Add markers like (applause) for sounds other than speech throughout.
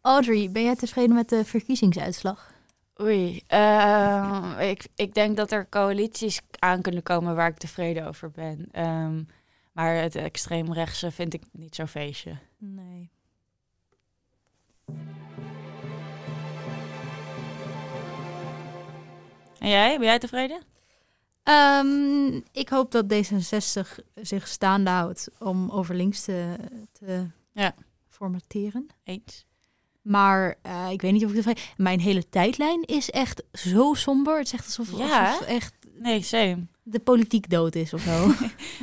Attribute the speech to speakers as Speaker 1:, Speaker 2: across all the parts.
Speaker 1: Audrey, ben jij tevreden met de verkiezingsuitslag?
Speaker 2: Oei, ehm, ik, ik denk dat er coalities aan kunnen komen waar ik tevreden over ben. Ehm, maar het extreemrechtse vind ik niet zo'n feestje.
Speaker 1: Nee.
Speaker 2: En jij, ben jij tevreden?
Speaker 1: Ehm, ik hoop dat D66 zich staande houdt om over links te, te
Speaker 2: Ja.
Speaker 1: formateren.
Speaker 2: Eens.
Speaker 1: Maar eh, ik weet niet of ik tevreden... Mijn hele tijdlijn is echt zo somber. Het is echt alsof,
Speaker 2: Ja,
Speaker 1: alsof echt
Speaker 2: Nee, same.
Speaker 1: de politiek dood is of
Speaker 2: (laughs)
Speaker 1: zo.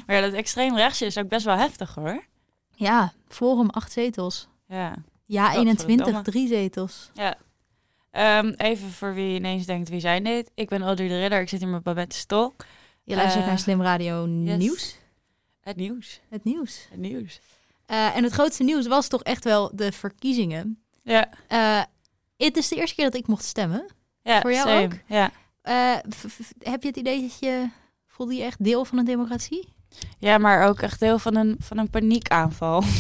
Speaker 2: Maar ja, dat extreemrechtse is ook best wel heftig hoor.
Speaker 1: ja, Forum acht zetels.
Speaker 2: Ja.
Speaker 1: Ja,
Speaker 2: Godverdomme.
Speaker 1: 21, drie zetels.
Speaker 2: Ehm, even voor wie ineens denkt, wie zijn dit? Ik ben Audrey de Ridder, ik zit hier met Babette Stok.
Speaker 1: Je luistert
Speaker 2: Eh,
Speaker 1: naar Slim Radio
Speaker 2: yes.
Speaker 1: Nieuws.
Speaker 2: Het nieuws.
Speaker 1: Het nieuws.
Speaker 2: Het nieuws.
Speaker 1: Eh, en het grootste nieuws was toch echt wel de verkiezingen.
Speaker 2: Ja,
Speaker 1: Eh, het is de eerste keer dat ik mocht stemmen.
Speaker 2: ja
Speaker 1: Voor jou
Speaker 2: same.
Speaker 1: ook?
Speaker 2: Ja.
Speaker 1: Eh, v- v- heb je het idee dat je... Voelde je echt deel van een democratie?
Speaker 2: ja, maar ook echt heel van een, van een paniekaanval. (laughs)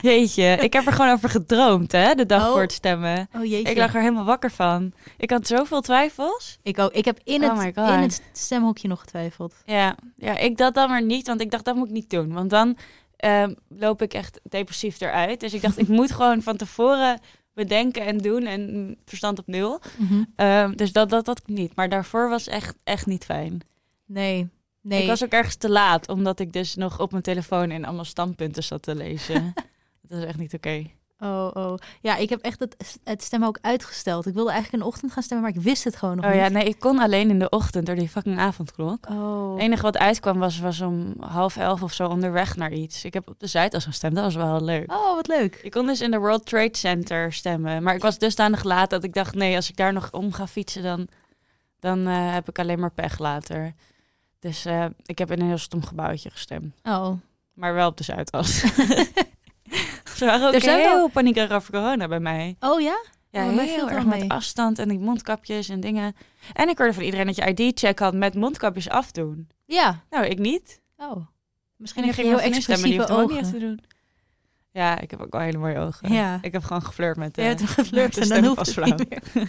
Speaker 2: Jeetje, ik heb er gewoon over gedroomd hè, de dag
Speaker 1: Oh.
Speaker 2: voor het stemmen.
Speaker 1: Oh jeetje.
Speaker 2: Ik lag er helemaal wakker van. Ik had zoveel twijfels.
Speaker 1: Ik ook. Ik heb in
Speaker 2: Oh
Speaker 1: het,
Speaker 2: my God.
Speaker 1: in het stemhokje nog getwijfeld.
Speaker 2: Ja, ja, ik dat dan maar niet, want ik dacht dat moet ik niet doen. Want dan ehm, loop ik echt depressief eruit. Dus ik
Speaker 1: (laughs)
Speaker 2: dacht, ik moet gewoon van tevoren bedenken en doen en mm, verstand op nul. Ehm, dus dat, dat, dat niet. Maar daarvoor was echt, echt niet fijn.
Speaker 1: Nee. Nee.
Speaker 2: Ik was ook ergens te laat, omdat ik dus nog op mijn telefoon en allemaal standpunten zat te
Speaker 1: (laughs)
Speaker 2: lezen. dat was echt niet oké.
Speaker 1: Oh, oh. Ja, ik heb echt het, het stemmen ook uitgesteld. Ik wilde eigenlijk in de ochtend gaan stemmen, maar ik wist het gewoon nog
Speaker 2: Oh ja,
Speaker 1: niet.
Speaker 2: nee, ik kon alleen in de ochtend door die fucking avondklok.
Speaker 1: Oh.
Speaker 2: Het enige wat uitkwam was, was om half elf of zo onderweg naar iets. Ik heb op de Zuidas gestemd, dat was wel leuk.
Speaker 1: oh, wat leuk.
Speaker 2: Ik kon dus in de World Trade Center stemmen. Maar ik was dusdanig laat dat ik dacht, nee, als ik daar nog om ga fietsen, dan, dan eh, heb ik alleen maar pech later. Dus eh, ik heb in een heel stom gebouwtje gestemd.
Speaker 1: Oh.
Speaker 2: Maar wel op de Zuidas. (laughs) Ze waren ook
Speaker 1: Er zijn
Speaker 2: heel
Speaker 1: wel-
Speaker 2: paniekerig over corona bij mij.
Speaker 1: Oh ja?
Speaker 2: Ja,
Speaker 1: Oh, mij viel
Speaker 2: heel
Speaker 1: het
Speaker 2: erg
Speaker 1: wel
Speaker 2: met
Speaker 1: mee.
Speaker 2: afstand en die mondkapjes en dingen. En ik hoorde van iedereen dat je ID-check had met mondkapjes afdoen.
Speaker 1: Ja.
Speaker 2: Nou, ik niet.
Speaker 1: Oh.
Speaker 2: En
Speaker 1: Misschien
Speaker 2: ik
Speaker 1: heb je
Speaker 2: ging
Speaker 1: heel
Speaker 2: maar van instemmen,
Speaker 1: expressieve
Speaker 2: die hoefde hem ook niet af
Speaker 1: ogen.
Speaker 2: te doen. Ja, ik heb ook wel hele mooie ogen.
Speaker 1: Ja.
Speaker 2: Ik heb gewoon geflirt met
Speaker 1: Je
Speaker 2: eh,
Speaker 1: hebt hem
Speaker 2: (laughs)
Speaker 1: geflirt
Speaker 2: de
Speaker 1: en dan hoeft het
Speaker 2: stemvastvrouw.
Speaker 1: niet meer.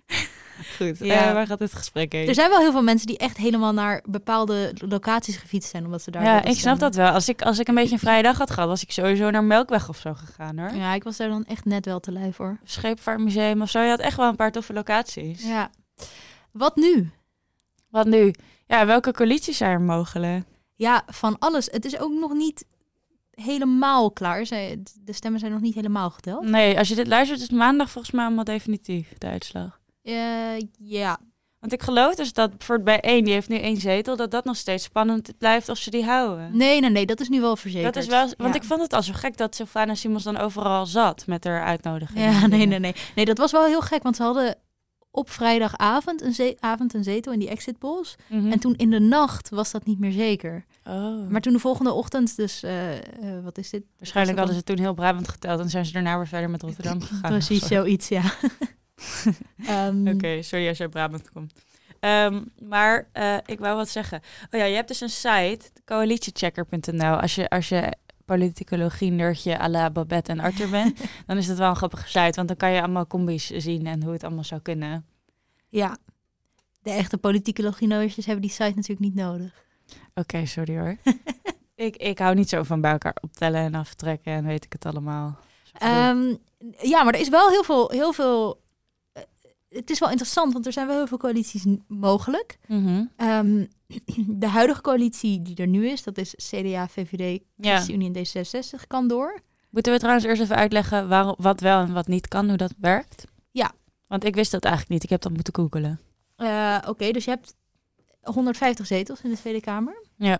Speaker 2: (laughs) Goed,
Speaker 1: Ja.
Speaker 2: eh, waar gaat dit gesprek heen?
Speaker 1: Er zijn wel heel veel mensen die echt helemaal naar bepaalde locaties gefietst zijn, omdat ze daar
Speaker 2: ja,
Speaker 1: wilden
Speaker 2: ik snap
Speaker 1: stemmen.
Speaker 2: dat wel. Als ik, als ik een beetje een vrije dag had gehad, was ik sowieso naar Melkweg of zo gegaan hoor.
Speaker 1: Ja, ik was daar dan echt net wel te lui voor.
Speaker 2: Scheepvaartmuseum of zo. Je had echt wel een paar toffe locaties.
Speaker 1: Ja. Wat nu?
Speaker 2: Wat nu? Ja, welke coalities zijn er mogelijk?
Speaker 1: Ja, van alles. Het is ook nog niet helemaal klaar. Zij- De stemmen zijn nog niet helemaal geteld.
Speaker 2: Nee, als je dit luistert, is het maandag volgens mij allemaal definitief, de uitslag.
Speaker 1: Eh, ja.
Speaker 2: Want ik geloof dus dat voor bij één, die heeft nu één zetel, dat dat nog steeds spannend blijft of ze die houden.
Speaker 1: Nee, nee, nee. Dat is nu wel verzekerd.
Speaker 2: Dat is wel, want
Speaker 1: Ja.
Speaker 2: ik vond het al zo gek dat Sylvana Simons dan overal zat met haar uitnodiging.
Speaker 1: Ja, nee, nee, nee. Nee, dat was wel heel gek, want ze hadden op vrijdagavond een, ze- avond een zetel in die exit polls.
Speaker 2: Mhm.
Speaker 1: En toen in de nacht was dat niet meer zeker.
Speaker 2: oh.
Speaker 1: Maar toen de volgende ochtend, dus eh, eh, wat is dit?
Speaker 2: Waarschijnlijk
Speaker 1: was dat
Speaker 2: hadden ze toen heel Brabant geteld en zijn ze daarna weer verder met Rotterdam gegaan.
Speaker 1: Precies
Speaker 2: Ah, Sorry.
Speaker 1: zoiets,
Speaker 2: (laughs)
Speaker 1: ja. Ehm,
Speaker 2: Oké, sorry als je uit Brabant komt. Ehm, maar eh, ik wou wat zeggen. Oh ja, je hebt dus een site, coalitiechecker.nl. Als je, als je politicologie-nerdje à la Babette en Arthur (laughs) bent, dan is dat wel een grappige site. Want dan kan je allemaal combis zien en hoe het allemaal zou kunnen.
Speaker 1: Ja. De echte politieke loginootjes hebben die site natuurlijk niet nodig.
Speaker 2: Oké, sorry hoor. (laughs) ik, ik hou niet zo van bij elkaar optellen en aftrekken en weet ik het allemaal.
Speaker 1: Ehm, ja, maar er is wel heel veel... Heel veel eh, het is wel interessant, want er zijn wel heel veel coalities n- mogelijk.
Speaker 2: Mhm.
Speaker 1: Ehm, (clears throat) de huidige coalitie die er nu is, dat is CDA, VVD,
Speaker 2: Ja.
Speaker 1: ChristenUnie en D66, kan door.
Speaker 2: Moeten we trouwens eerst even uitleggen waarom, wat wel en wat niet kan, hoe dat werkt?
Speaker 1: Ja.
Speaker 2: Want ik wist dat eigenlijk niet. Ik heb dat moeten googelen.
Speaker 1: Eh, Oké, dus je hebt 150 zetels in de Tweede Kamer.
Speaker 2: Ja.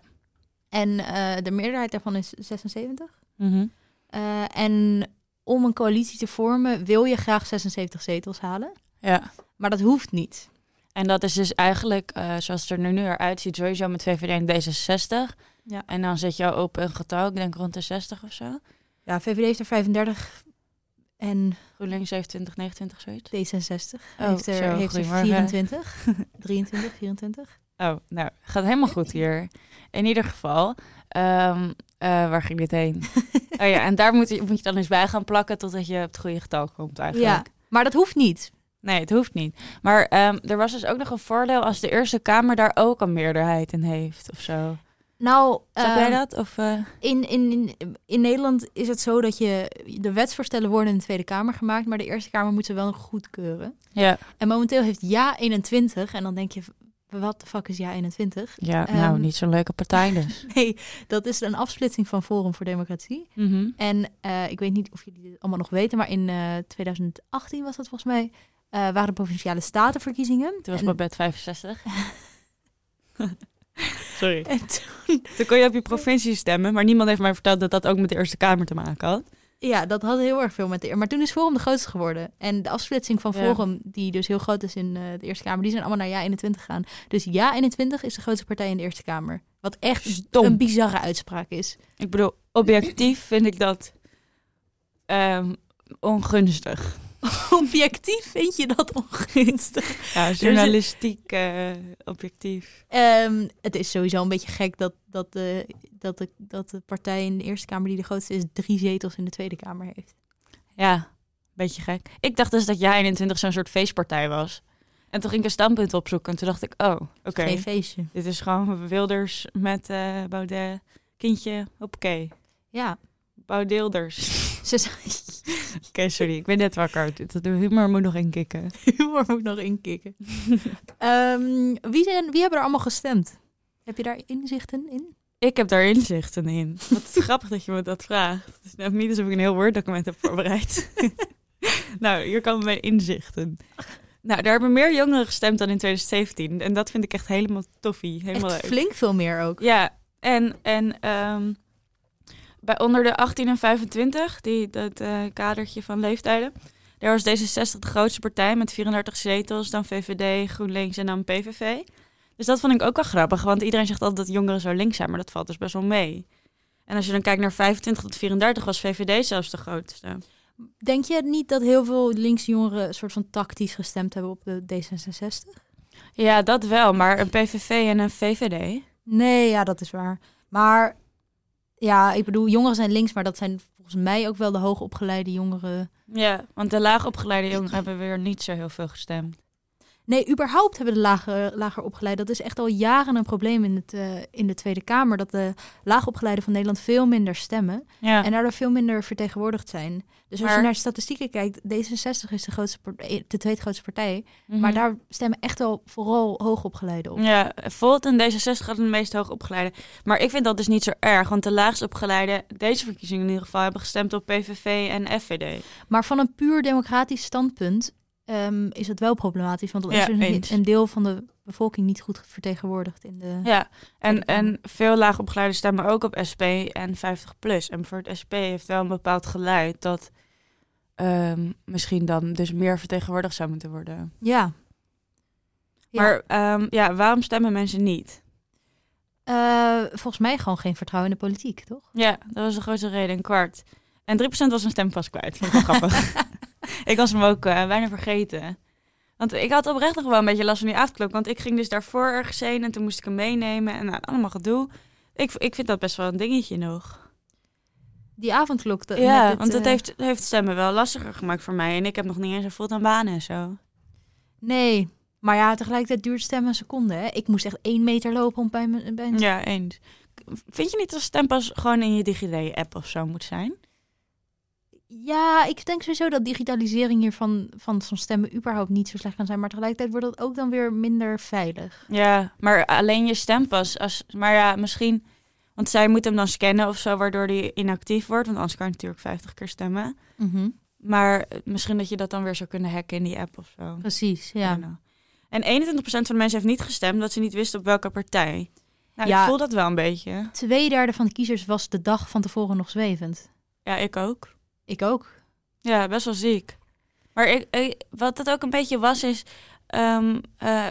Speaker 1: En eh, de meerderheid daarvan is 76.
Speaker 2: Mhm.
Speaker 1: Eh, en om een coalitie te vormen wil je graag 76 zetels halen.
Speaker 2: Ja.
Speaker 1: Maar dat hoeft niet.
Speaker 2: En dat is dus eigenlijk, eh, zoals het er nu, nu eruit ziet, sowieso met VVD en D66.
Speaker 1: Ja.
Speaker 2: En dan zit je op een getal, ik denk rond de 60 of zo.
Speaker 1: Ja, VVD heeft er 35 en
Speaker 2: GroenLinks heeft 20, 29, zoiets.
Speaker 1: D66
Speaker 2: Oh,
Speaker 1: heeft er,
Speaker 2: zo,
Speaker 1: heeft er (laughs)
Speaker 2: goedemorgen. (laughs)
Speaker 1: 24, 23, 24.
Speaker 2: Oh, nou, gaat helemaal goed hier. In ieder geval, ehm, eh, waar ging dit
Speaker 1: (laughs)
Speaker 2: heen? oh ja, en daar moet je, moet je dan eens bij gaan plakken totdat je op het goede getal komt eigenlijk.
Speaker 1: Ja, maar dat hoeft niet.
Speaker 2: Nee, het hoeft niet. Maar ehm, er was dus ook nog een voordeel als de Eerste Kamer daar ook een meerderheid in heeft of zo.
Speaker 1: Nou,
Speaker 2: Zag
Speaker 1: ehm,
Speaker 2: jij dat? Of, eh,
Speaker 1: In, in, in, in Nederland is het zo dat je de wetsvoorstellen worden in de Tweede Kamer gemaakt, maar de Eerste Kamer moet ze wel nog goedkeuren.
Speaker 2: Ja,
Speaker 1: En momenteel heeft ja 21 en dan denk je, wat de fuck is ja 21?
Speaker 2: ja
Speaker 1: Ehm,
Speaker 2: nou, niet zo'n leuke
Speaker 1: (laughs)
Speaker 2: partij dus.
Speaker 1: Nee, dat is een afsplitsing van Forum voor Democratie.
Speaker 2: Mhm.
Speaker 1: En eh, ik weet niet of jullie dit allemaal nog weten, maar in eh, 2018 was dat volgens mij, eh, waren de provinciale statenverkiezingen.
Speaker 2: Toen was
Speaker 1: en, (laughs)
Speaker 2: Babette 65. Sorry.
Speaker 1: en toen-
Speaker 2: Toen kon je op je provincie stemmen, maar niemand heeft mij verteld dat dat ook met de Eerste Kamer te maken had.
Speaker 1: Ja, dat had heel erg veel met de. Maar toen is Forum de grootste geworden. En de afsplitsing van
Speaker 2: Ja.
Speaker 1: Forum, die dus heel groot is in eh, de Eerste Kamer, die zijn allemaal naar Ja 21 gegaan. Dus Ja 21 is de grootste partij in de Eerste Kamer. Wat echt
Speaker 2: Stom.
Speaker 1: een bizarre uitspraak is. (laughs)
Speaker 2: Ik bedoel, objectief vind ik dat ehm, ongunstig.
Speaker 1: Objectief vind je dat ongunstig.
Speaker 2: Ja, journalistiek eh, objectief.
Speaker 1: Ehm, het is sowieso een beetje gek dat, dat, de, dat, de, dat de partij in de Eerste Kamer, die de grootste is, drie zetels in de Tweede Kamer heeft.
Speaker 2: Ja, beetje gek. Ik dacht dus dat jij 21 zo'n soort feestpartij was. En toen ging ik een standpunt opzoeken en toen dacht ik, oh, oké.
Speaker 1: Geen feestje.
Speaker 2: Dit is gewoon Wilders met eh, Baudet. Kindje, hoppakee.
Speaker 1: Ja, (laughs)
Speaker 2: (laughs) Baudeelders.
Speaker 1: ze zijn
Speaker 2: Oké, sorry. Ik ben net wakker. Dit- De humor moet nog inkikken.
Speaker 1: humor moet nog
Speaker 2: (laughs)
Speaker 1: inkikken. Ehm, wie, zijn, wie hebben er allemaal gestemd? Heb je daar inzichten in?
Speaker 2: Ik heb daar inzichten in. Wat (laughs) is grappig dat je me dat vraagt. Het is net niet alsof ik een heel woorddocument heb voorbereid. (laughs) nou, hier komen mijn inzichten. Nou, daar hebben meer jongeren gestemd dan in 2017. En dat vind ik echt helemaal toffie. Helemaal
Speaker 1: Echt
Speaker 2: leuk.
Speaker 1: flink veel meer ook.
Speaker 2: Ja, en, en ehm, bij onder de 18 en 25, die, dat eh, kadertje van leeftijden, daar was D66 de grootste partij met 34 zetels, dan VVD, GroenLinks en dan PVV. Dus dat vond ik ook wel grappig, want iedereen zegt altijd dat jongeren zo links zijn, maar dat valt dus best wel mee. En als je dan kijkt naar 25 tot 34, was VVD zelfs de grootste.
Speaker 1: Denk je niet dat heel veel linkse jongeren een soort van tactisch gestemd hebben op de D66?
Speaker 2: Ja, dat wel, maar een PVV en een VVD.
Speaker 1: Nee, ja, dat is waar. Maar ja, ik bedoel, jongeren zijn links, maar dat zijn volgens mij ook wel de hoogopgeleide jongeren.
Speaker 2: Ja, want de laagopgeleide jongeren hebben weer niet zo heel veel gestemd.
Speaker 1: Nee, überhaupt hebben de lager, lager opgeleide. Dat is echt al jaren een probleem in, het, eh, in de Tweede Kamer. Dat de laagopgeleiden van Nederland veel minder stemmen.
Speaker 2: Ja.
Speaker 1: En daardoor veel minder vertegenwoordigd zijn. Dus als
Speaker 2: Maar-
Speaker 1: je naar de statistieken kijkt, D66 is de, grootste, part- eh, de tweede grootste partij.
Speaker 2: Mhm.
Speaker 1: Maar daar stemmen echt wel vooral hoogopgeleiden op.
Speaker 2: Ja, Volt en D66 hadden de meest hoogopgeleide. Maar ik vind dat dus niet zo erg, want de laagst opgeleide deze verkiezingen in ieder geval hebben gestemd op PVV en FVD.
Speaker 1: Maar van een puur democratisch standpunt ehm, is het wel problematisch. Want dan
Speaker 2: Ja,
Speaker 1: is er een,
Speaker 2: eens.
Speaker 1: een deel van de bevolking niet goed vertegenwoordigd in de...
Speaker 2: Ja, en,
Speaker 1: Tweede Kamer.
Speaker 2: en veel laagopgeleide stemmen ook op SP en 50PLUS. En voor het SP heeft wel een bepaald geluid dat ehm, misschien dan dus meer vertegenwoordigd zou moeten worden.
Speaker 1: Ja. Ja.
Speaker 2: Maar ehm, ja, waarom stemmen mensen niet?
Speaker 1: Eh, volgens mij gewoon geen vertrouwen in de politiek, toch?
Speaker 2: Ja, dat was de grootste reden, een kwart. En 3% was een stem vast kwijt. Vond ik
Speaker 1: (laughs)
Speaker 2: wel grappig. ik was hem ook eh, bijna vergeten. Want ik had oprecht nog wel een beetje last van die avondklok. Want ik ging dus daarvoor ergens heen en toen moest ik hem meenemen. En nou, allemaal gedoe. Ik, ik vind dat best wel een dingetje nog.
Speaker 1: Die avondklok. dat- met
Speaker 2: ja,
Speaker 1: het,
Speaker 2: want dat
Speaker 1: eh,
Speaker 2: heeft, heeft stemmen wel lastiger gemaakt voor mij. En ik heb nog niet eens een fulltime baan en zo.
Speaker 1: Nee, maar ja, tegelijkertijd duurt stemmen een seconde. Hè? Ik moest echt één meter lopen om bij mijn... Bij...
Speaker 2: Ja, eens. Vind je niet dat stempas gewoon in je DigiD-app of zo moet zijn?
Speaker 1: Ja, ik denk sowieso dat digitalisering hiervan van zo'n stemmen überhaupt niet zo slecht kan zijn. Maar tegelijkertijd wordt dat ook dan weer minder veilig.
Speaker 2: Ja, maar alleen je stempas. Als, maar ja, misschien. Want zij moet hem dan scannen of zo, waardoor die inactief wordt. Want anders kan je natuurlijk 50 keer stemmen.
Speaker 1: Mhm.
Speaker 2: Maar eh, misschien dat je dat dan weer zou kunnen hacken in die app of zo.
Speaker 1: Precies,
Speaker 2: I
Speaker 1: ja.
Speaker 2: don't know. En 21% van de mensen heeft niet gestemd omdat ze niet wisten op welke partij. Nou,
Speaker 1: Ja.
Speaker 2: ik voel dat wel een beetje.
Speaker 1: Tweederde van de kiezers was de dag van tevoren nog zwevend.
Speaker 2: Ja, ik ook.
Speaker 1: Ik ook.
Speaker 2: Ja, best wel ziek. Maar ik, ik- wat het ook een beetje was, is... ehm, eh,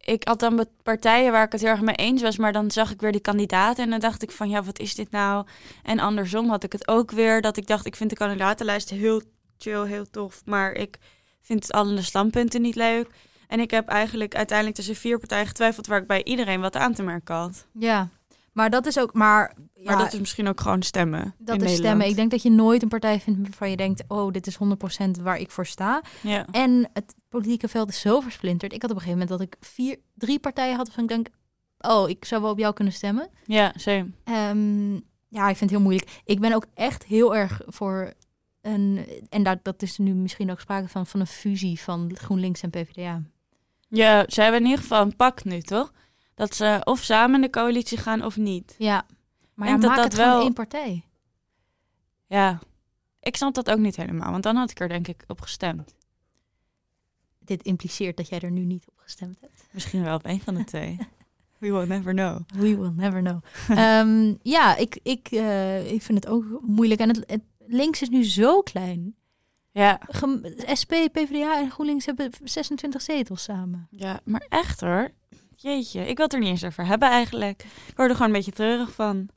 Speaker 2: ik had dan be- partijen waar ik het heel erg mee eens was... maar dan zag ik weer die kandidaten en dan dacht ik van... ja, wat is dit nou? En andersom had ik het ook weer. Dat ik dacht, ik vind de kandidatenlijst heel chill, heel tof... maar ik vind alle standpunten niet leuk. En ik heb eigenlijk uiteindelijk tussen vier partijen getwijfeld waar ik bij iedereen wat aan te merken had.
Speaker 1: Ja, maar dat is ook. Maar, ja,
Speaker 2: maar dat is misschien ook gewoon stemmen.
Speaker 1: dat
Speaker 2: in
Speaker 1: is
Speaker 2: Nederland.
Speaker 1: stemmen. Ik denk dat je nooit een partij vindt waarvan je denkt: oh, dit is 100% waar ik voor sta.
Speaker 2: Ja.
Speaker 1: En het politieke veld is zo versplinterd. Ik had op een gegeven moment dat ik vier, drie partijen had waarvan ik denk: oh, ik zou wel op jou kunnen stemmen.
Speaker 2: ja, same.
Speaker 1: Ehm, ja, ik vind het heel moeilijk. Ik ben ook echt heel erg voor een. En dat, dat is nu misschien ook sprake van, van een fusie van GroenLinks en PvdA.
Speaker 2: Ja, ze hebben in ieder geval een pak nu, toch? Dat ze of samen in de coalitie gaan of niet.
Speaker 1: Ja, maar
Speaker 2: Denk
Speaker 1: ja, maak
Speaker 2: dat dat
Speaker 1: het gewoon
Speaker 2: wel-
Speaker 1: één partij.
Speaker 2: Ja. Ik snap dat ook niet helemaal, want dan had ik er denk ik op gestemd.
Speaker 1: Dit impliceert dat jij er nu niet op gestemd hebt.
Speaker 2: Misschien wel op een van de twee. (laughs) We will never know.
Speaker 1: We will never know. (laughs) Ehm, ja, ik, ik, eh, ik vind het ook moeilijk. En het, het links is nu zo klein.
Speaker 2: Ja.
Speaker 1: Gem- SP, PvdA en GroenLinks hebben 26 zetels samen.
Speaker 2: Ja, maar echt hoor. Jeetje, ik wil het er niet eens over hebben eigenlijk. Ik word er gewoon een beetje treurig van.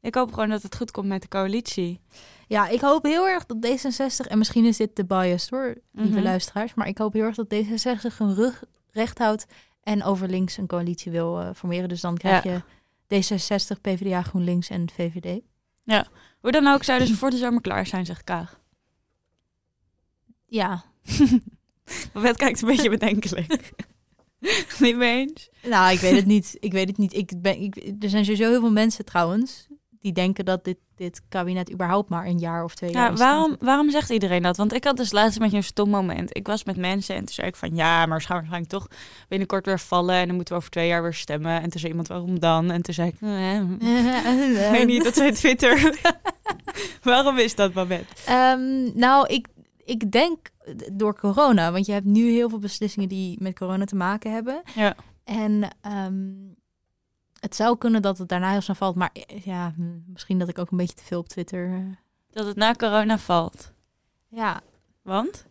Speaker 2: Ik hoop gewoon dat het goed komt met de coalitie.
Speaker 1: Ja, ik hoop heel erg dat D66, en misschien is dit de bias hoor, lieve
Speaker 2: Mhm.
Speaker 1: luisteraars, maar ik hoop heel erg dat D66 hun rug recht houdt en over links een coalitie wil eh, formeren. Dus dan krijg
Speaker 2: Ja.
Speaker 1: je D66, PvdA, GroenLinks en VVD.
Speaker 2: Hoe dan ook zouden ze voor de zomer klaar zijn, zegt Kaag.
Speaker 1: Ja,
Speaker 2: Babette kijkt een (laughs) beetje bedenkelijk. niet mee eens?
Speaker 1: Nou, ik weet het niet. Ik weet het niet. Ik ben, ik, er zijn sowieso heel veel mensen trouwens die denken dat dit, dit kabinet überhaupt maar een jaar of twee jaar
Speaker 2: Ja,
Speaker 1: is. (laughs)
Speaker 2: waarom, waarom zegt iedereen dat? Want ik had dus laatst een beetje een stom moment. Ik was met mensen en toen zei ik van... Ja, maar waarschijnlijk toch binnenkort weer vallen... en dan moeten we over twee jaar weer stemmen. En toen zei iemand, waarom dan? En toen zei ik... eh, Ik weet niet, dat zei Twitter. (laughs)
Speaker 1: (laughs)
Speaker 2: waarom is dat, Babette?
Speaker 1: Ehm, nou, ik, ik denk door corona, want je hebt nu heel veel beslissingen die met corona te maken hebben.
Speaker 2: Ja.
Speaker 1: En ehm, het zou kunnen dat het daarna heel snel valt, maar eh, ja, hm, misschien dat ik ook een beetje te veel op Twitter. eh,
Speaker 2: Dat het na corona valt.
Speaker 1: ja.
Speaker 2: Want?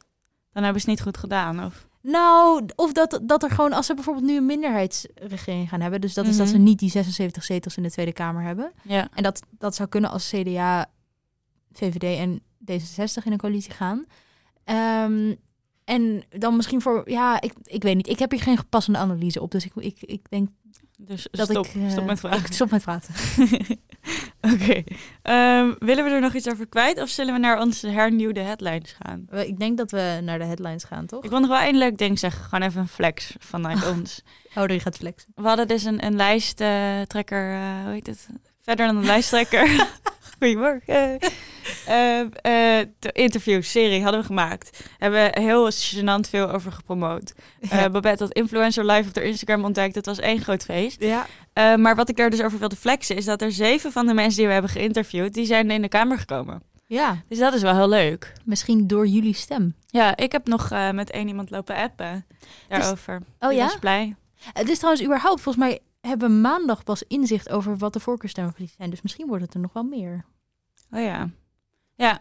Speaker 2: Dan hebben ze het niet goed gedaan, of?
Speaker 1: Nou, of dat, dat er gewoon, als ze bijvoorbeeld nu een minderheidsregering gaan hebben, dus dat is dat ze
Speaker 2: Mhm.
Speaker 1: niet die 76 zetels in de Tweede Kamer hebben.
Speaker 2: Ja.
Speaker 1: En dat, dat zou kunnen als CDA, VVD en D66 in een coalitie gaan. Ehm, en dan misschien voor, ja, ik, ik weet niet. Ik heb hier geen passende analyse op, dus ik, ik, ik denk
Speaker 2: Dus
Speaker 1: dat
Speaker 2: stop.
Speaker 1: ik... eh,
Speaker 2: stop met
Speaker 1: ik (laughs)
Speaker 2: vragen.
Speaker 1: stop met praten.
Speaker 2: (laughs) Oké. Ehm, willen we er nog iets over kwijt? Of zullen we naar onze hernieuwde headlines gaan?
Speaker 1: Wel, Ik denk dat we naar de headlines gaan, toch?
Speaker 2: Ik wil nog wel één leuk ding zeggen. Gewoon even een flex (laughs) vanuit ons.
Speaker 1: Oh, die gaat flexen.
Speaker 2: We hadden dus een, een lijsttrekker... eh, hoe heet het? Verder dan een lijsttrekker. (laughs) Goedemorgen. Ehm, eh, de interviewserie hadden we gemaakt. Hebben we heel gênant veel over gepromoot. Eh
Speaker 1: Ja.
Speaker 2: Babette had Influencer Live op haar Instagram ontdekt. Het was één groot feest.
Speaker 1: ja.
Speaker 2: Eh, maar wat ik daar dus over wilde flexen is dat er zeven van de mensen die we hebben geïnterviewd, die zijn in de kamer gekomen.
Speaker 1: Ja,
Speaker 2: Dus dat is wel heel leuk.
Speaker 1: misschien door jullie stem.
Speaker 2: Ja, ik heb nog eh, met één iemand lopen appen daarover.
Speaker 1: Oh
Speaker 2: Die
Speaker 1: ja?
Speaker 2: was blij.
Speaker 1: Het is trouwens überhaupt, volgens mij hebben we maandag pas inzicht over wat de voorkeursstemverlies zijn. Dus misschien wordt het er nog wel meer.
Speaker 2: Oh ja. Ja.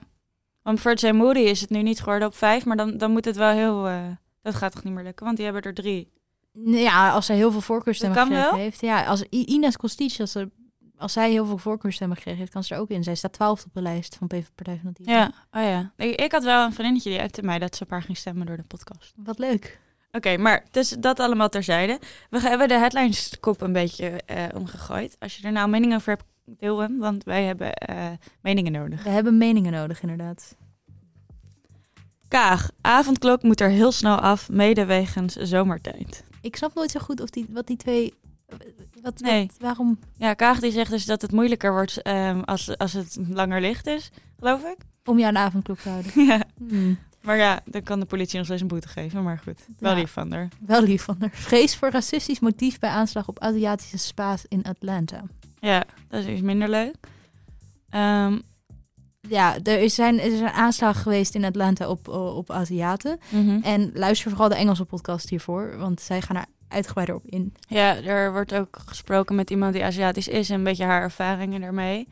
Speaker 2: Want voor St. Moody is het nu niet geworden op vijf, maar dan, dan moet het wel heel... eh, dat gaat toch niet meer lukken, want die hebben er drie.
Speaker 1: Nee, Ja, als zij heel veel voorkeurstemmen
Speaker 2: Dat kan
Speaker 1: gekregen
Speaker 2: wel?
Speaker 1: heeft. Ja, als I- Ines Kostic, als, ze, als zij heel veel voorkeurstemmen gekregen heeft, kan ze er ook in. Zij staat twaalfde op de lijst van PV Partij van de Dieren.
Speaker 2: Ja, oh ja. Ik, ik had wel een vriendinnetje die appte mij dat ze op haar ging stemmen door de podcast.
Speaker 1: Wat leuk.
Speaker 2: Oké, maar dus dat allemaal terzijde. We ge- hebben de headlineskop een beetje eh, omgegooid. Als je er nou mening over hebt, deel hem, want wij hebben eh, meningen nodig.
Speaker 1: We hebben meningen nodig, inderdaad.
Speaker 2: Kaag, avondklok moet er heel snel af, mede wegens zomertijd.
Speaker 1: Ik snap nooit zo goed of die, wat die twee... Wat,
Speaker 2: Nee.
Speaker 1: wat- waarom?
Speaker 2: Ja, Kaag die zegt dus dat het moeilijker wordt ehm, als, als het langer licht is, geloof ik.
Speaker 1: Om jou aan de avondklok te houden.
Speaker 2: (laughs) ja.
Speaker 1: Hmm,
Speaker 2: Maar ja, dan kan de politie nog steeds een boete geven, maar goed. Wel
Speaker 1: Ja.
Speaker 2: lief van haar.
Speaker 1: wel lief van haar. Vrees voor racistisch motief bij aanslag op Aziatische spaas in Atlanta.
Speaker 2: Ja, dat is iets minder leuk. Ehm,
Speaker 1: Ja, er is, zijn, er is een aanslag geweest in Atlanta op, op Aziaten.
Speaker 2: mhm.
Speaker 1: En luister vooral de Engelse podcast hiervoor, want zij gaan er uitgebreider op in.
Speaker 2: Ja, er wordt ook gesproken met iemand die Aziatisch is en een beetje haar ervaringen daarmee.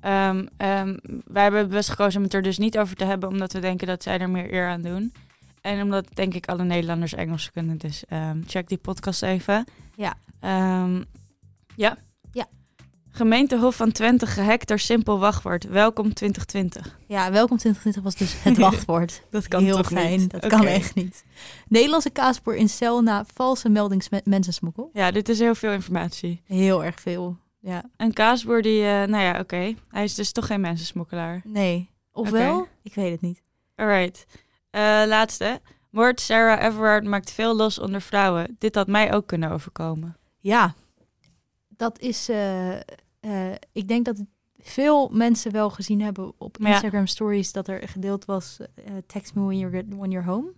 Speaker 2: Ehm, ehm, wij hebben bewust gekozen om het er dus niet over te hebben, omdat we denken dat zij er meer eer aan doen. En omdat, denk ik, alle Nederlanders Engels kunnen. Dus ehm, check die podcast even.
Speaker 1: Ja.
Speaker 2: Ehm, ja.
Speaker 1: Ja.
Speaker 2: Gemeentehof van Twente gehackt door simpel wachtwoord. Welkom 2020.
Speaker 1: Ja, welkom 2020 was dus het wachtwoord.
Speaker 2: Dat
Speaker 1: Heel fijn, dat kan echt niet. Nederlandse kaasboer in cel na valse meldings met mensensmokkel.
Speaker 2: Ja, dit is heel veel informatie.
Speaker 1: Heel erg veel. Ja,
Speaker 2: Een kaasboer die, eh, nou ja, oké. Hij is dus toch geen mensensmokkelaar.
Speaker 1: nee. Ofwel, ik weet het niet.
Speaker 2: Alright. Eh, laatste. Moord Sarah Everard maakt veel los onder vrouwen. Dit had mij ook kunnen overkomen.
Speaker 1: Ja, dat is. eh, eh, ik denk dat veel mensen wel gezien hebben op
Speaker 2: Ja.
Speaker 1: Instagram stories dat er gedeeld was. eh, text me when you're, when you're home.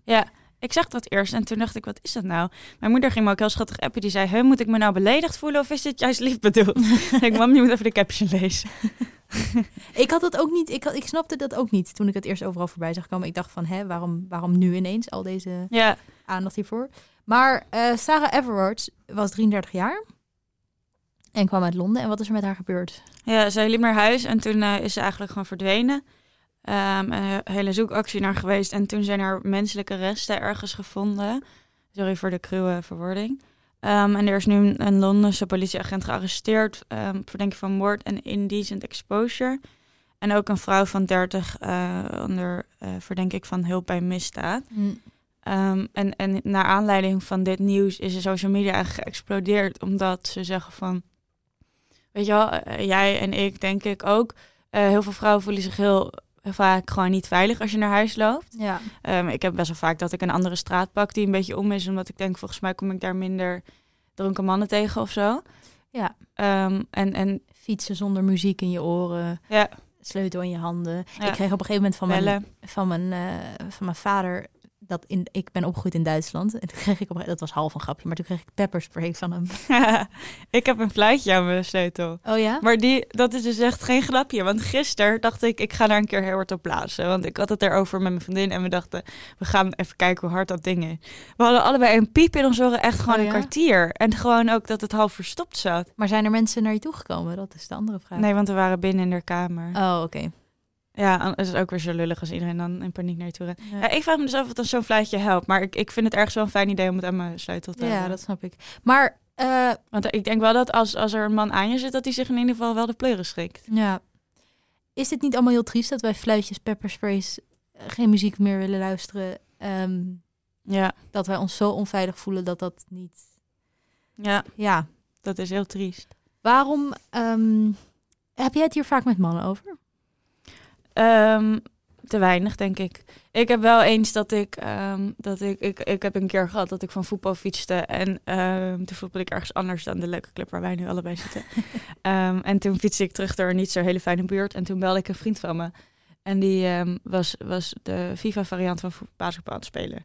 Speaker 2: Ik zag dat eerst en toen dacht ik, wat is dat nou? Mijn moeder ging me ook heel schattig appen. Die zei, "Huh, moet ik me nou beledigd voelen of is dit juist lief
Speaker 1: (laughs)
Speaker 2: bedoeld? ik denk, mam, je moet even de caption lezen.
Speaker 1: Ik had dat ook niet. Ik, had, ik snapte dat ook niet toen ik het eerst overal voorbij zag komen. Ik dacht van, hè, waarom, waarom nu ineens al deze
Speaker 2: Ja,
Speaker 1: aandacht hiervoor? Maar eh, Sarah Everard was 33 jaar en kwam uit Londen. En wat is er met haar gebeurd?
Speaker 2: ja zij liep naar huis en toen eh, is ze eigenlijk gewoon verdwenen. Ehm een hele zoekactie naar geweest. En toen zijn haar menselijke resten ergens gevonden. Sorry voor de cruwe verwoording. Ehm, en er is nu een, een Londense politieagent gearresteerd. ehm op verdenking van moord en indecent exposure. En ook een vrouw van 30 eh, onder eh, verdenking van hulp bij misdaad. Ehm, en, en naar aanleiding van dit nieuws is de social media eigenlijk geëxplodeerd. Omdat ze zeggen van... Weet je wel, eh, jij en ik denk ik ook. eh, heel veel vrouwen voelen zich heel vaak gewoon niet veilig als je naar huis loopt.
Speaker 1: Ja,
Speaker 2: Ehm, ik heb best wel vaak dat ik een andere straat pak die een beetje om is. Omdat ik denk, volgens mij kom ik daar minder dronken mannen tegen of zo.
Speaker 1: Ja.
Speaker 2: Ehm, en, en
Speaker 1: fietsen zonder muziek in je oren.
Speaker 2: Ja.
Speaker 1: Sleutel in je handen.
Speaker 2: Ja.
Speaker 1: Ik kreeg op een gegeven moment van mijn,
Speaker 2: bellen. (laughs)
Speaker 1: van mijn, eh, van mijn vader. Dat in, ik ben opgegroeid in Duitsland. En toen kreeg ik op een, dat was half een grapje, maar toen kreeg ik pepperspray van hem.
Speaker 2: ik heb een fluitje aan mijn sleutel.
Speaker 1: Oh ja?
Speaker 2: Maar die, dat is dus echt geen grapje. Want gisteren dacht ik, ik ga daar een keer heel hard op blazen. Want ik had het erover met mijn vriendin. En we dachten, we gaan even kijken hoe hard dat ding is. We hadden allebei een piep in ons oren. Echt gewoon
Speaker 1: Oh,
Speaker 2: een
Speaker 1: ja?
Speaker 2: kwartier. En gewoon ook dat het half verstopt zat.
Speaker 1: Maar zijn er mensen naar je toe gekomen? Dat is de andere vraag.
Speaker 2: Nee, want we waren binnen in de kamer.
Speaker 1: Oh, oké.
Speaker 2: Ja, het is ook weer zo lullig als iedereen dan in paniek naar je toe rent.
Speaker 1: Ja.
Speaker 2: Ja, ik vraag me dus af of dat zo'n fluitje helpt. Maar ik, ik vind het ergens wel een fijn idee om het aan mijn sleutel te
Speaker 1: Ja,
Speaker 2: hebben.
Speaker 1: dat snap ik. Maar eh,
Speaker 2: Want ik denk wel dat als, als er een man aan je zit, dat hij zich in ieder geval wel de pleuren schrikt.
Speaker 1: ja, is dit niet allemaal heel triest dat wij fluitjes, peppersprays, eh, geen muziek meer willen luisteren? Ehm,
Speaker 2: Ja,
Speaker 1: dat wij ons zo onveilig voelen dat dat niet...
Speaker 2: ja
Speaker 1: Ja,
Speaker 2: dat is heel triest.
Speaker 1: waarom... ehm, heb jij het hier vaak met mannen over?
Speaker 2: Ehm, te weinig, denk ik. Ik heb wel eens dat ik, ehm, dat ik, ik, ik heb een keer gehad dat ik van voetbal fietste en ehm toen voetbalde ik ergens anders dan de leuke club waar wij nu allebei zitten. Ehm, en toen fietste ik terug door een niet zo hele fijne buurt en toen belde ik een vriend van me. En die ehm, was, was de FIFA-variant van vo- basketbal aan het spelen.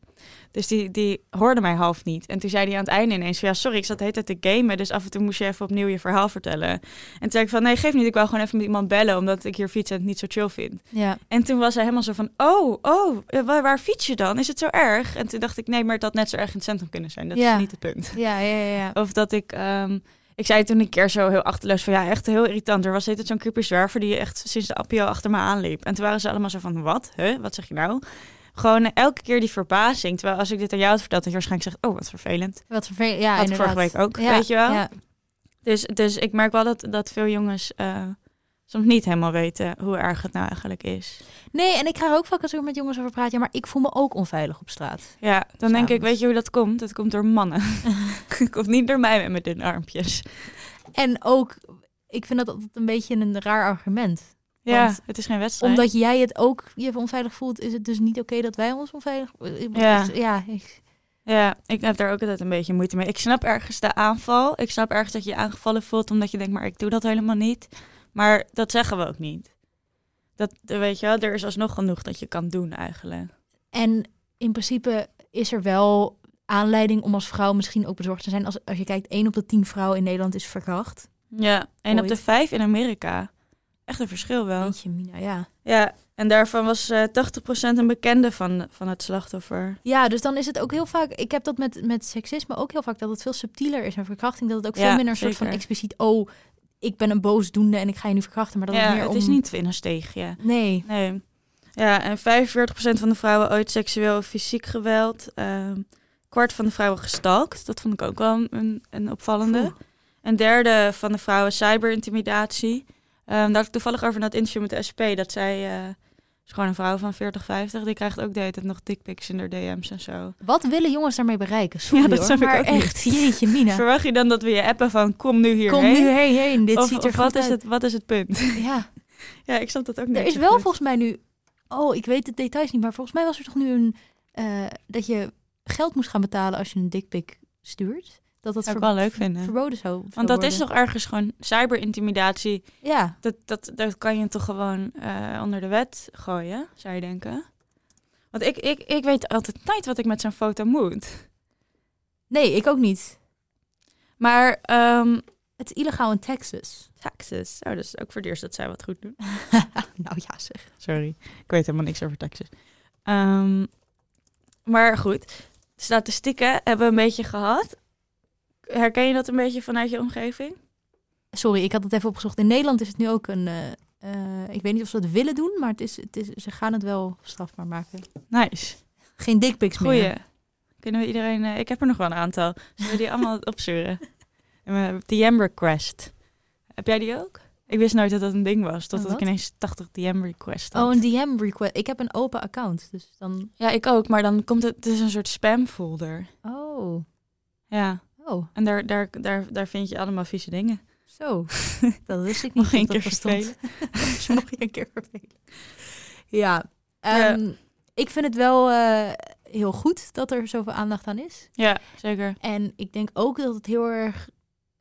Speaker 2: Dus die, die hoorde mij half niet. En toen zei hij aan het einde ineens van... ja, sorry, ik zat de hele tijd te gamen... dus af en toe moest je even opnieuw je verhaal vertellen. En toen zei ik van... nee, geef niet, ik wou gewoon even met iemand bellen... omdat ik hier fiets en het niet zo chill vind.
Speaker 1: Ja.
Speaker 2: En toen was hij helemaal zo van, oh, oh, eh, waar, waar fiets je dan? Is het zo erg? En toen dacht ik, nee, maar het had net zo erg in het centrum kunnen zijn. Dat
Speaker 1: Ja.
Speaker 2: is niet het punt.
Speaker 1: (laughs) Ja, ja, ja.
Speaker 2: Of dat ik, ehm, ik zei toen een keer zo heel achterloos van, ja, echt heel irritant. Er was dit zo'n creepy zwerver die echt sinds de appio achter me aanliep. En toen waren ze allemaal zo van, wat? Huh? Wat zeg je nou? Gewoon eh, elke keer die verbazing. Terwijl als ik dit aan jou had verteld, had je waarschijnlijk gezegd, oh, wat vervelend.
Speaker 1: Wat vervelend. Ja,
Speaker 2: Had ik
Speaker 1: inderdaad.
Speaker 2: vorige week ook,
Speaker 1: Ja,
Speaker 2: weet je wel?
Speaker 1: Ja.
Speaker 2: Dus, dus ik merk wel dat, dat veel jongens eh, soms niet helemaal weten hoe erg het nou eigenlijk is.
Speaker 1: Nee, en ik krijg ook vaak als ik er met jongens over praat. Ja, maar ik voel me ook onveilig op straat.
Speaker 2: Ja, dan denk ik,
Speaker 1: S'avonds.
Speaker 2: weet je hoe dat komt? Dat komt door (laughs) mannen. Het komt niet door mij met mijn dunne armpjes.
Speaker 1: En ook, ik vind dat altijd een beetje een raar argument.
Speaker 2: Ja,
Speaker 1: Want-
Speaker 2: het is geen wedstrijd.
Speaker 1: Omdat jij het ook je onveilig voelt, is het dus niet oké dat wij ons onveilig
Speaker 2: Ja.
Speaker 1: ja. ja, ik-
Speaker 2: Ja, ik heb daar ook altijd een beetje moeite mee. Ik snap ergens de aanval. Ik snap ergens dat je je aangevallen voelt omdat je denkt, maar ik doe dat helemaal niet. Maar dat zeggen we ook niet. Dat, eh, weet je wel, er is alsnog genoeg dat je kan doen eigenlijk.
Speaker 1: En in principe is er wel aanleiding om als vrouw misschien ook bezorgd te zijn. Als, als je kijkt, één op de tien vrouwen in Nederland is verkracht.
Speaker 2: Ja, en op
Speaker 1: Ooit.
Speaker 2: de vijf in Amerika. Echt een verschil wel.
Speaker 1: Weet je, Mina, ja.
Speaker 2: Ja, en daarvan was eh 80% een bekende van, van het slachtoffer.
Speaker 1: Ja, dus dan is het ook heel vaak... Ik heb dat met, met seksisme ook heel vaak, dat het veel subtieler is. Een verkrachting, dat het ook
Speaker 2: Ja,
Speaker 1: veel minder een soort van
Speaker 2: zeker.
Speaker 1: expliciet... Oh, ik ben een boosdoende en ik ga je nu verkrachten. Maar dat
Speaker 2: ja,
Speaker 1: het meer
Speaker 2: het
Speaker 1: om...
Speaker 2: is niet winnen tegen ja.
Speaker 1: Nee.
Speaker 2: Nee. Ja, en 45% van de vrouwen ooit seksueel of fysiek geweld. Ehm kwart van de vrouwen gestalkt. Dat vond ik ook wel een, een opvallende.
Speaker 1: Oeh.
Speaker 2: Een derde van de vrouwen cyberintimidatie. Ehm, daar had ik toevallig over na het interview met de SP. Dat zij, eh, is gewoon een vrouw van 40, 50. Die krijgt ook de hele tijd nog dickpics in haar DM's en zo.
Speaker 1: Wat willen jongens daarmee bereiken? Sorry
Speaker 2: Ja, dat
Speaker 1: hoor,
Speaker 2: snap ik
Speaker 1: maar
Speaker 2: ook niet.
Speaker 1: echt, jeetje mina.
Speaker 2: Verwacht je dan dat we je appen van kom nu hierheen?
Speaker 1: Kom nu heen, heen. dit
Speaker 2: of,
Speaker 1: ziet
Speaker 2: of
Speaker 1: er
Speaker 2: wat
Speaker 1: goed
Speaker 2: is
Speaker 1: uit.
Speaker 2: het, wat is het punt? (laughs)
Speaker 1: Ja.
Speaker 2: ja, ik snap dat ook niet.
Speaker 1: Er is
Speaker 2: zo
Speaker 1: wel
Speaker 2: goed.
Speaker 1: volgens mij nu... Oh, ik weet de details niet, maar volgens mij was er toch nu een... eh, dat je geld moest gaan betalen als je een dikpik stuurt. Dat dat
Speaker 2: Zou ik
Speaker 1: ver-
Speaker 2: wel leuk
Speaker 1: ver-
Speaker 2: vinden.
Speaker 1: verboden zou
Speaker 2: Want dat is
Speaker 1: worden.
Speaker 2: toch ergens gewoon cyberintimidatie.
Speaker 1: Ja,
Speaker 2: Dat, dat, dat kan je toch gewoon eh, onder de wet gooien, zou je denken? Want ik, ik, ik weet altijd tijd wat ik met zo'n foto moet.
Speaker 1: nee, ik ook niet.
Speaker 2: Maar ehm
Speaker 1: Het is illegaal in
Speaker 2: (laughs)
Speaker 1: Texas.
Speaker 2: Texas, oh, dat is ook voor het eerst dat zij wat goed doen.
Speaker 1: nou ja zeg.
Speaker 2: Sorry, ik weet helemaal niks over Texas. Ehm, maar goed, statistieken hebben we een beetje gehad. Herken je dat een beetje vanuit je omgeving?
Speaker 1: Sorry, ik had het even opgezocht. In Nederland is het nu ook een... eh, eh, ik weet niet of ze dat willen doen, maar het is, het is, ze gaan het wel strafbaar maken.
Speaker 2: Nice.
Speaker 1: Geen dikpiks meer.
Speaker 2: Goeie. Kunnen we iedereen... eh, ik heb er nog wel een aantal. Zullen we die allemaal (laughs) opsturen? En mijn DM request. Heb jij die ook? Ik wist nooit dat dat een ding was. Totdat
Speaker 1: Een
Speaker 2: ik
Speaker 1: wat?
Speaker 2: ineens 80 DM request had.
Speaker 1: Oh, een DM request. Ik heb een open account, dus dan.
Speaker 2: Ja, ik ook. Maar dan komt het... Het is een soort spam folder.
Speaker 1: Oh,
Speaker 2: Ja.
Speaker 1: oh,
Speaker 2: En daar, daar, daar, daar vind je allemaal vieze dingen.
Speaker 1: zo.
Speaker 2: (laughs)
Speaker 1: Dat wist ik niet.
Speaker 2: Nog
Speaker 1: dat
Speaker 2: één
Speaker 1: dat
Speaker 2: keer
Speaker 1: bestond.
Speaker 2: verspelen.
Speaker 1: (laughs) Dus Nog een keer vervelen. Ja.
Speaker 2: Ja.
Speaker 1: ehm, Ik vind het wel eh, heel goed dat er zoveel aandacht aan is.
Speaker 2: Ja, zeker.
Speaker 1: En ik denk ook dat het heel erg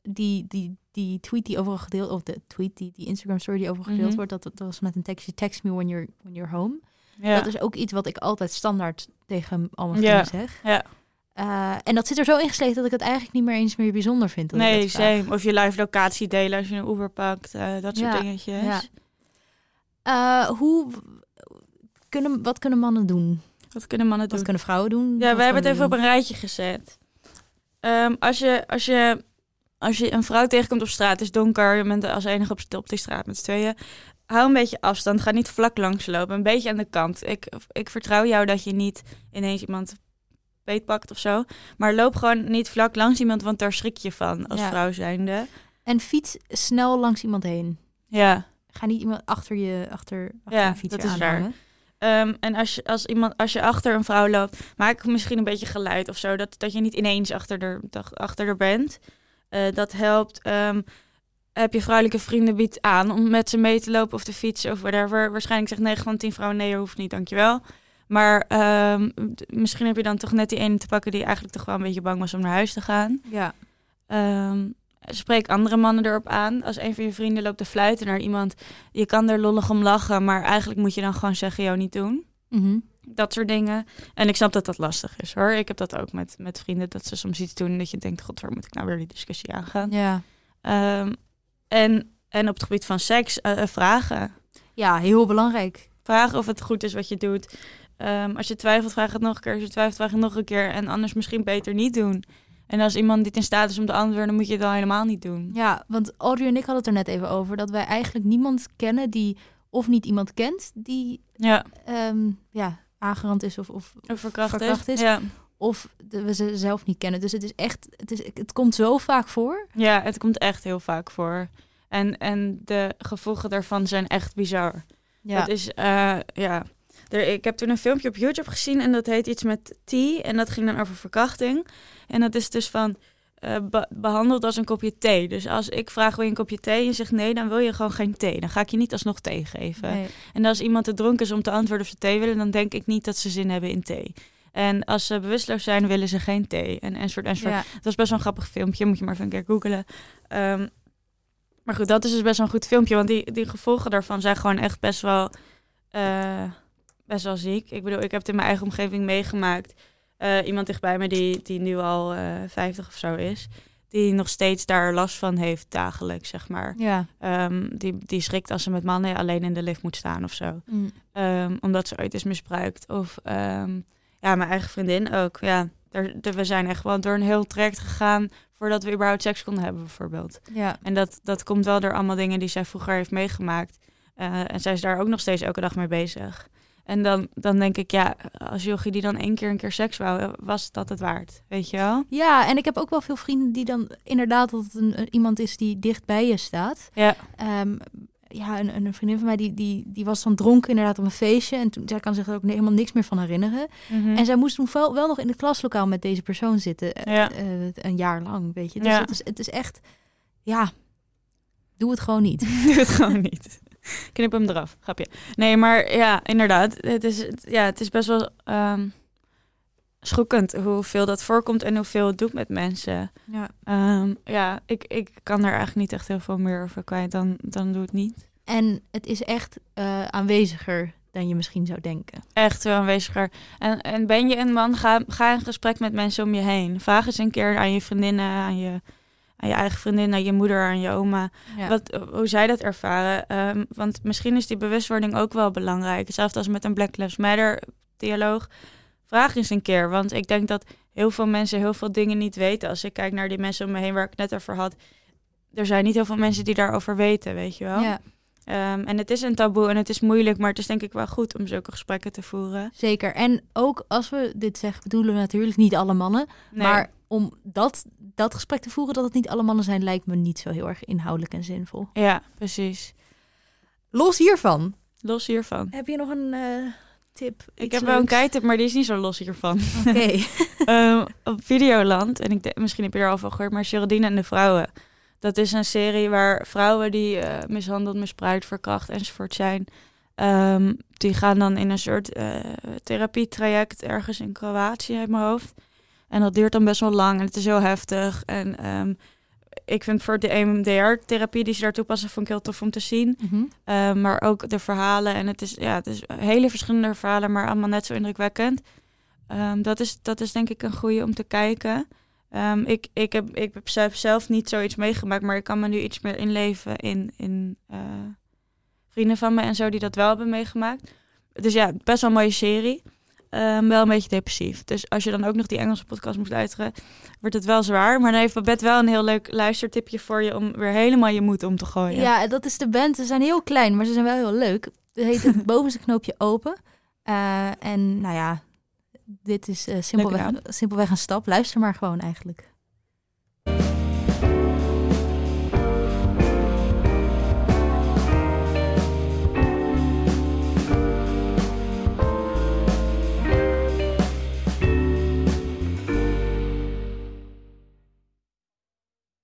Speaker 1: die, die, die tweet die overal gedeeld of de tweet die, die Instagram story die overal gedeeld
Speaker 2: Mhm.
Speaker 1: wordt, dat, dat was met een tekstje text me when you're when you're home.
Speaker 2: Ja.
Speaker 1: Dat is ook iets wat ik altijd standaard tegen al mijn
Speaker 2: Ja,
Speaker 1: vrienden zeg.
Speaker 2: ja.
Speaker 1: Eh, en dat zit er zo ingesleten dat ik het eigenlijk niet meer eens meer bijzonder vind. dat ik
Speaker 2: nee,
Speaker 1: dat vraag.
Speaker 2: same. Of je live locatie delen als je een Uber pakt. eh, dat soort
Speaker 1: Ja,
Speaker 2: dingetjes.
Speaker 1: ja. Eh, hoe kunnen, wat kunnen mannen doen?
Speaker 2: Wat kunnen mannen doen?
Speaker 1: Wat kunnen vrouwen doen?
Speaker 2: Ja,
Speaker 1: Wat
Speaker 2: we hebben het even
Speaker 1: kunnen
Speaker 2: op een rijtje gezet. Ehm, als, je, als, je, als je een vrouw tegenkomt op straat, het is donker, je bent als enige op, op die straat met z'n tweeën. Hou een beetje afstand, ga niet vlak langs lopen, een beetje aan de kant. Ik, ik vertrouw jou dat je niet ineens iemand beetpakt of zo. Maar loop gewoon niet vlak langs iemand, want daar schrik je van als
Speaker 1: Ja.
Speaker 2: vrouw zijnde.
Speaker 1: doen? En fiets snel langs iemand heen.
Speaker 2: Ja.
Speaker 1: Ga niet iemand achter je achter, achter
Speaker 2: Ja,
Speaker 1: een fietser
Speaker 2: dat is waar.
Speaker 1: aanhangen.
Speaker 2: Ehm, en als je, als, iemand, als je achter een vrouw loopt, maak misschien een beetje geluid of zo. Dat, dat je niet ineens achter er, dag- achter er bent. Eh, dat helpt. Ehm, heb je vrouwelijke vrienden, bied aan om met ze mee te lopen of te fietsen of whatever. Waarschijnlijk zegt 9 van 10 vrouwen nee, hoeft niet, dankjewel. Maar ehm, d- misschien heb je dan toch net die ene te pakken die eigenlijk toch wel een beetje bang was om naar huis te gaan.
Speaker 1: Ja.
Speaker 2: Ehm, spreek andere mannen erop aan. Als een van je vrienden loopt te fluiten naar iemand, je kan er lollig om lachen, maar eigenlijk moet je dan gewoon zeggen, joh, niet doen.
Speaker 1: Mhm.
Speaker 2: Dat soort dingen. En ik snap dat dat lastig is hoor. Ik heb dat ook met, met vrienden, dat ze soms iets doen en dat je denkt, god, waar moet ik nou weer die discussie aangaan?
Speaker 1: ja.
Speaker 2: Ehm, en, en op het gebied van seks, eh, eh, vragen.
Speaker 1: Ja, heel belangrijk.
Speaker 2: Vragen of het goed is wat je doet. Ehm, als je twijfelt, vraag het nog een keer. Als je twijfelt, vraag het nog een keer. En anders misschien beter niet doen. En als iemand niet in staat is om te antwoorden, moet je het dan helemaal niet doen.
Speaker 1: Ja, want Audrey en ik hadden het er net even over dat wij eigenlijk niemand kennen die of niet iemand kent die
Speaker 2: Ja,
Speaker 1: ehm, ja, aangerand is of, of,
Speaker 2: of verkracht,
Speaker 1: Verkracht is.
Speaker 2: Ja.
Speaker 1: of de- we ze zelf niet kennen. Dus het is echt, het, is, het komt zo vaak voor.
Speaker 2: Ja, het komt echt heel vaak voor. En, en de gevolgen daarvan zijn echt bizar.
Speaker 1: Ja.
Speaker 2: Dat is, eh, ja. Er, ik heb toen een filmpje op YouTube gezien en dat heet iets met T. En dat ging dan over verkrachting. En dat is dus van eh, be- behandeld als een kopje thee. Dus als ik vraag wil je een kopje thee en je zegt nee, dan wil je gewoon geen thee. Dan ga ik je niet alsnog thee geven.
Speaker 1: Nee.
Speaker 2: En als iemand te dronken is om te antwoorden of ze thee willen, dan denk ik niet dat ze zin hebben in thee. En als ze bewusteloos zijn, willen ze geen thee. En enzovoort, enzovoort.
Speaker 1: Ja.
Speaker 2: Het was best wel een grappig filmpje, moet je maar even een keer googelen. Ehm, maar goed, dat is dus best wel een goed filmpje, want die, die gevolgen daarvan zijn gewoon echt best wel, eh, best wel ziek. Ik bedoel, ik heb het in mijn eigen omgeving meegemaakt. Eh, iemand dichtbij me die, die nu al eh 50 of zo is, die nog steeds daar last van heeft dagelijks, zeg maar.
Speaker 1: ja.
Speaker 2: Ehm, die, die schrikt als ze met mannen alleen in de lift moet staan of zo.
Speaker 1: Mm.
Speaker 2: Ehm, omdat ze ooit is misbruikt. Of ehm, ja, mijn eigen vriendin ook. Ja, er, er- we zijn echt wel door een heel traject gegaan voordat we überhaupt seks konden hebben, bijvoorbeeld.
Speaker 1: Ja.
Speaker 2: En dat, dat komt wel door allemaal dingen die zij vroeger heeft meegemaakt. Eh, en zij is daar ook nog steeds elke dag mee bezig. En dan, dan denk ik, ja, als Jochie die dan één keer een keer seks wou, eh, was dat het waard? Weet je wel?
Speaker 1: Ja, en ik heb ook wel veel vrienden die dan inderdaad dat het een, een- iemand is die dicht bij je staat.
Speaker 2: Ja.
Speaker 1: Ehm, ja, een, een vriendin van mij die, die, die was dan dronken inderdaad op een feestje. En toen, zij kan zich er ook ne- helemaal niks meer van herinneren.
Speaker 2: Mm.
Speaker 1: En zij moest toen wel, wel nog in het klaslokaal met deze persoon zitten. eh,
Speaker 2: Ja.
Speaker 1: eh, een jaar lang, weet je. Dus
Speaker 2: Ja.
Speaker 1: het, is, het is echt, ja, doe het gewoon
Speaker 2: (laughs)
Speaker 1: niet.
Speaker 2: Doe het gewoon niet. Knip hem eraf, grapje. Nee, maar ja, inderdaad. Het is, het- ja, het is best wel ehm schokkend hoeveel dat voorkomt en hoeveel het doet met mensen.
Speaker 1: Ja.
Speaker 2: Ehm, ja, ik, ik kan er eigenlijk niet echt heel veel meer over kwijt. Dan, dan doe het niet.
Speaker 1: En het is echt eh, aanweziger dan je misschien zou denken.
Speaker 2: Echt wel aanweziger. En, en ben je een man, ga, ga in gesprek met mensen om je heen. Vraag eens een keer aan je vriendinnen, aan je, aan je eigen vriendin, aan je moeder, aan je oma.
Speaker 1: Ja.
Speaker 2: Wat, eh, hoe zij dat ervaren. Ehm, want misschien is die bewustwording ook wel belangrijk. Hetzelfde als met een Black Lives Matter dialoog. Vraag eens een keer. Want ik denk dat heel veel mensen heel veel dingen niet weten. Als ik kijk naar die mensen om me heen waar ik het net over had. Er zijn niet heel veel mensen die daarover weten, weet je wel.
Speaker 1: ja,
Speaker 2: Ehm, en het is een taboe en het is moeilijk. Maar het is denk ik wel goed om zulke gesprekken te voeren.
Speaker 1: zeker. En ook als we dit zeggen, bedoelen we natuurlijk niet alle mannen.
Speaker 2: Nee.
Speaker 1: Maar om dat, dat gesprek te voeren, dat het niet alle mannen zijn, lijkt me niet zo heel erg inhoudelijk en zinvol.
Speaker 2: Ja, precies.
Speaker 1: Los hiervan.
Speaker 2: Los hiervan.
Speaker 1: Heb je nog een eh, tip?
Speaker 2: Ik
Speaker 1: Iets
Speaker 2: heb wel een
Speaker 1: leuks?
Speaker 2: kijktip, maar die is niet zo los hiervan. (laughs)
Speaker 1: Oké. (laughs)
Speaker 2: Ehm, op Videoland, en ik denk- misschien heb je er al van gehoord, maar Geraldine en de Vrouwen. Dat is een serie waar vrouwen die eh, mishandeld, misbruikt, verkracht enzovoort zijn. ehm, die gaan dan in een soort eh therapietraject ergens in Kroatië uit mijn hoofd. En dat duurt dan best wel lang en het is heel heftig. En ehm, ik vind voor de E EMDR-therapie die ze daar toepassen, vond ik heel tof om te zien.
Speaker 1: Mhm.
Speaker 2: Eh, maar ook de verhalen. En het is, ja, het is hele verschillende verhalen, maar allemaal net zo indrukwekkend. Ehm, dat, is, dat is denk ik een goede om te kijken. Ehm, ik, ik, heb, ik heb zelf- zelf niet zoiets meegemaakt, maar ik kan me nu iets meer inleven in, in eh, vrienden van me en zo die dat wel hebben meegemaakt. Dus ja, best wel een mooie serie. Ehm, wel een beetje depressief. Dus als je dan ook nog die Engelse podcast moet luisteren, wordt het wel zwaar. Maar dan heeft Babette wel een heel leuk luistertipje voor je om weer helemaal je moed om te gooien.
Speaker 1: Oh, Ja, dat is de band. Ze zijn heel klein, maar ze zijn wel heel leuk. Het heet het (laughs) bovenste knoopje open. Eh, en nou ja, dit is eh, simpelweg,
Speaker 2: naam.
Speaker 1: simpelweg een stap. Luister maar gewoon eigenlijk.